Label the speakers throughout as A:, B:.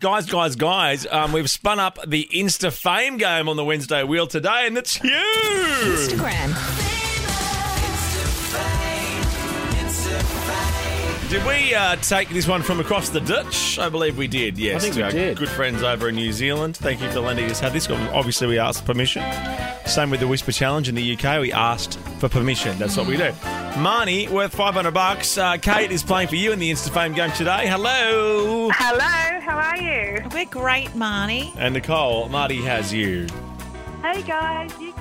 A: guys, guys, guys, um, we've spun up the Insta Fame game on the Wednesday wheel today, and it's you.
B: Instagram.
A: Did we uh, take this one from across the ditch? I believe we did. Yes,
C: I think
A: to
C: we
A: our
C: did.
A: Good friends over in New Zealand. Thank you for lending us how this. Obviously, we asked permission. Same with the Whisper Challenge in the UK. We asked for permission. That's what we do. Marnie, worth five hundred bucks. Uh, Kate is playing for you in the Insta Fame game today. Hello.
D: Hello, how are you?
B: We're great, Marnie.
A: And Nicole, Marty has you.
D: Hey guys, you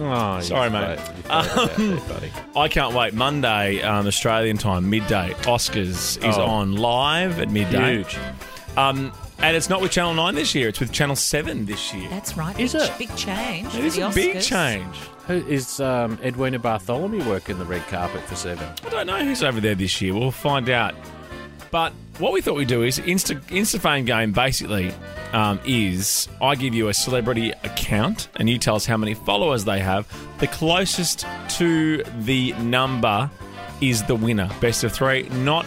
C: Oh,
A: Sorry, mate. Um, I can't wait. Monday, um, Australian time, midday. Oscars is
C: Oh.
A: on live at midday.
C: Huge.
A: Um, and it's not with Channel 9 this year, it's with Channel 7 this year.
B: That's right.
C: Is
B: big,
C: it?
B: Big change.
A: It is
B: for the
A: a big
B: Oscars.
A: change.
C: Who is um, Edwina Bartholomew working the red carpet for Seven?
A: I don't know who's over there this year. We'll find out. But what we thought we'd do is Insta InstaFame game basically um, is I give you a celebrity account and you tell us how many followers they have. The closest to the number is the winner. Best of three, not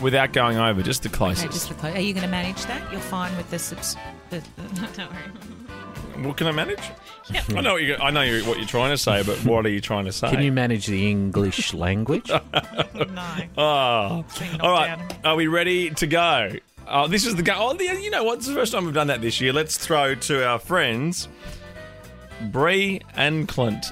A: without going over, just the
B: Okay,
A: closest.
B: just the clo- Are you going to manage that? You're fine with the subs. The, the, don't worry.
A: What can I manage? I know what you're, I know you what you're trying to say, but what are you trying to say?
C: Can you manage the English language?
B: No.
A: Oh.
B: Being knocked
A: All right.
B: down.
A: Are we ready to go? Oh, this is the go. Oh, the, you know what? It's the first time we've done that this year. Let's throw to our friends, Bree and Clint.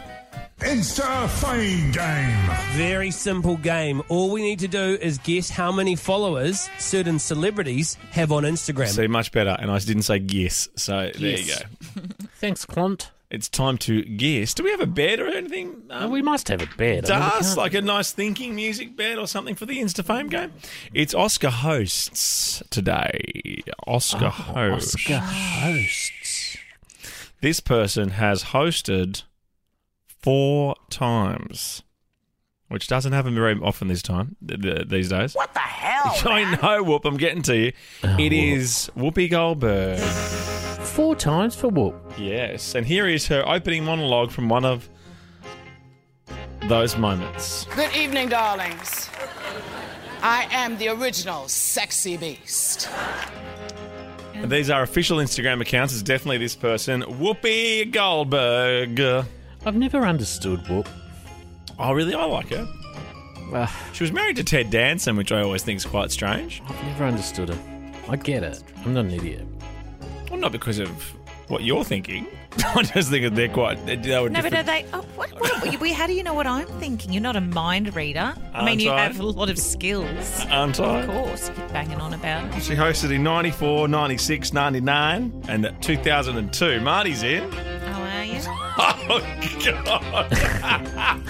E: Insta Fame Game.
F: Very simple game. All we need to do is guess how many followers certain celebrities have on Instagram.
A: So much better. And I didn't say yes. So there you
C: Yes.
A: go.
C: Thanks, Clont.
A: It's time to guess. Do we have a bed or anything? Um,
C: Uh, we must have a bed. I mean, we
A: Does
C: can't-
A: like a nice thinking music bed or something for the Insta Fame game? It's Oscar hosts today. Oscar hosts.
C: Oh, Oscar hosts.
A: This person has hosted four times, which doesn't happen very often this time th- th- these days. What the hell? I know, Whoop. I'm getting to you. It is Whoopi Goldberg.
C: Four times for Whoop.
A: Yes, and here is her opening monologue from one of those moments.
G: Good evening, darlings. I am the original sexy beast.
A: And these are official Instagram accounts. It's definitely this person, Whoopi Goldberg. Oh,
C: I've never understood Whoop.
A: really? I like her.
C: Uh,
A: She was married to Ted Danson, which I always think is quite strange.
C: I've never understood him. I get it. I'm not an idiot.
A: Well, not because of what you're thinking. I just think that they're quite. They, they were
B: No, but are
A: different.
B: they? Oh, what, what, we- how do you know what I'm thinking? You're not a mind reader. I mean,
A: Aren't
B: you
A: I?
B: have a lot of skills.
A: Aren't
B: Of
A: I?
B: course, keep banging on about it.
A: She hosted in 94, 96, 99, and 2002. Marty's in.
B: Oh, are you?
A: Oh, God.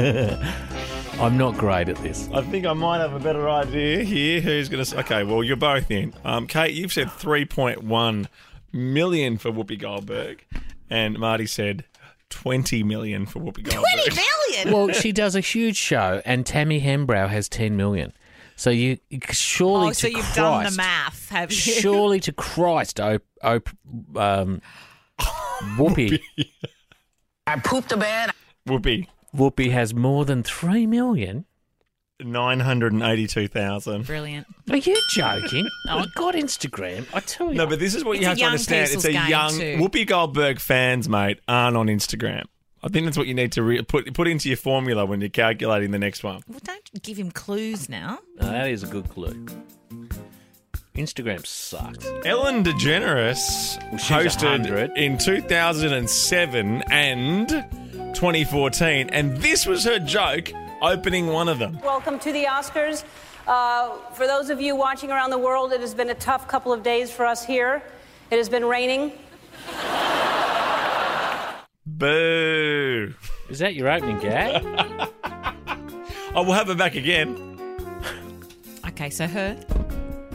C: I'm not great at this.
A: I think I might have a better idea here. Who's going to. Okay, well, you're both in. Um, Kate, you've said 3.1 million for Whoopi Goldberg, and Marty said 20 million for Whoopi Goldberg.
B: Billion.
C: Well, she does a huge show, and Tammy Hembrow has 10 million. So you surely
B: Oh, so
C: to
B: you've
C: Christ,
B: done the math, have you?
C: Surely to Christ, oh, oh, um, Whoopi,
G: I pooped the bed.
A: Whoopi,
C: Whoopi has more than three million.
A: 982,000.
B: Brilliant.
C: Are you joking? Oh, I got Instagram. I tell you,
A: No, but this is what
B: It's
A: you
B: a
A: have to
B: young
A: understand. It's
B: people's
A: a
B: game
A: young
B: too.
A: Whoopi Goldberg fans, mate, aren't on Instagram. I think that's what you need to re- put put into your formula when you're calculating the next one.
B: Well, don't give him clues now.
C: No, that is a good clue. Instagram sucks.
A: Ellen DeGeneres
C: she's
A: hosted
C: 100.
A: in 2007 and 2014, and this was her joke opening one of them.
H: Welcome to the Oscars. Uh, for those of you watching around the world, it has been a tough couple of days for us here. It has been raining.
A: Boo!
C: Is that your opening gag?
A: I will have her back again,
B: Okay, so her.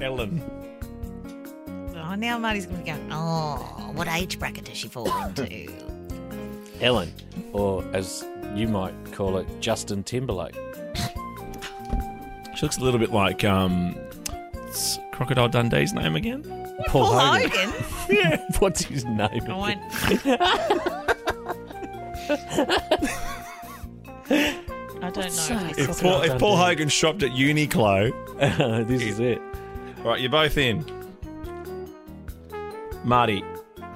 A: Ellen.
B: Oh, now Marty's going to go, oh, what age bracket does she fall into?
C: Ellen, or as you might call it, Justin Timberlake.
A: She looks a little bit like um, what's Crocodile Dundee's name again.
C: Paul,
B: Paul
A: Oh,
C: Hogan.
B: Hogan.
C: What's his name?
B: I won't. I don't know.
A: If Paul, if Paul Hogan shopped at Uniqlo,
C: this Uh, is it.
A: Right, you're both in. Marty,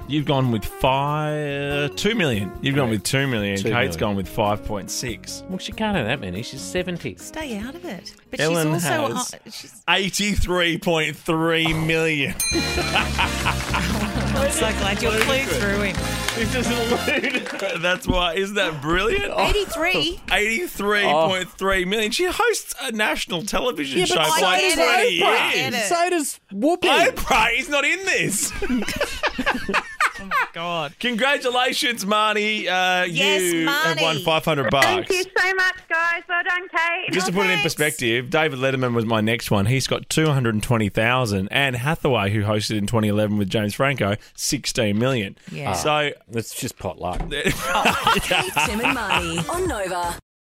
A: you've gone with five, two million. You've gone with two million.
C: Two
A: Kate's
C: million.
A: gone with five point six.
C: Well, she can't have that many. She's 70.
B: Stay out of it. But
A: Ellen
B: she's also
A: has-
B: uh, she's
A: Eighty-three point three million.
B: I'm so glad you're clued through him.
A: It's just eluded. That's why. Isn't that brilliant? Oh,
B: 83.
A: 83.3 million. She hosts a national television show
B: I
A: for like
B: get it.
A: 20
B: I
A: years.
B: get it.
C: So does Whoopi.
A: Oprah is not in this.
B: Oh God.
A: Congratulations, Marnie. Uh,
B: Yes,
A: you have
B: Marnie.
A: won 500 bucks.
D: Thank you so much, guys. Well done, Kate.
A: Just to put it in
B: thanks.
A: perspective, David Letterman was my next one. He's got 220,000. And Hathaway, who hosted in 2011 with James Franco, 16 million.
B: Yeah.
A: So
C: That's just pot luck.
I: Kate, Tim and Marty on Nova.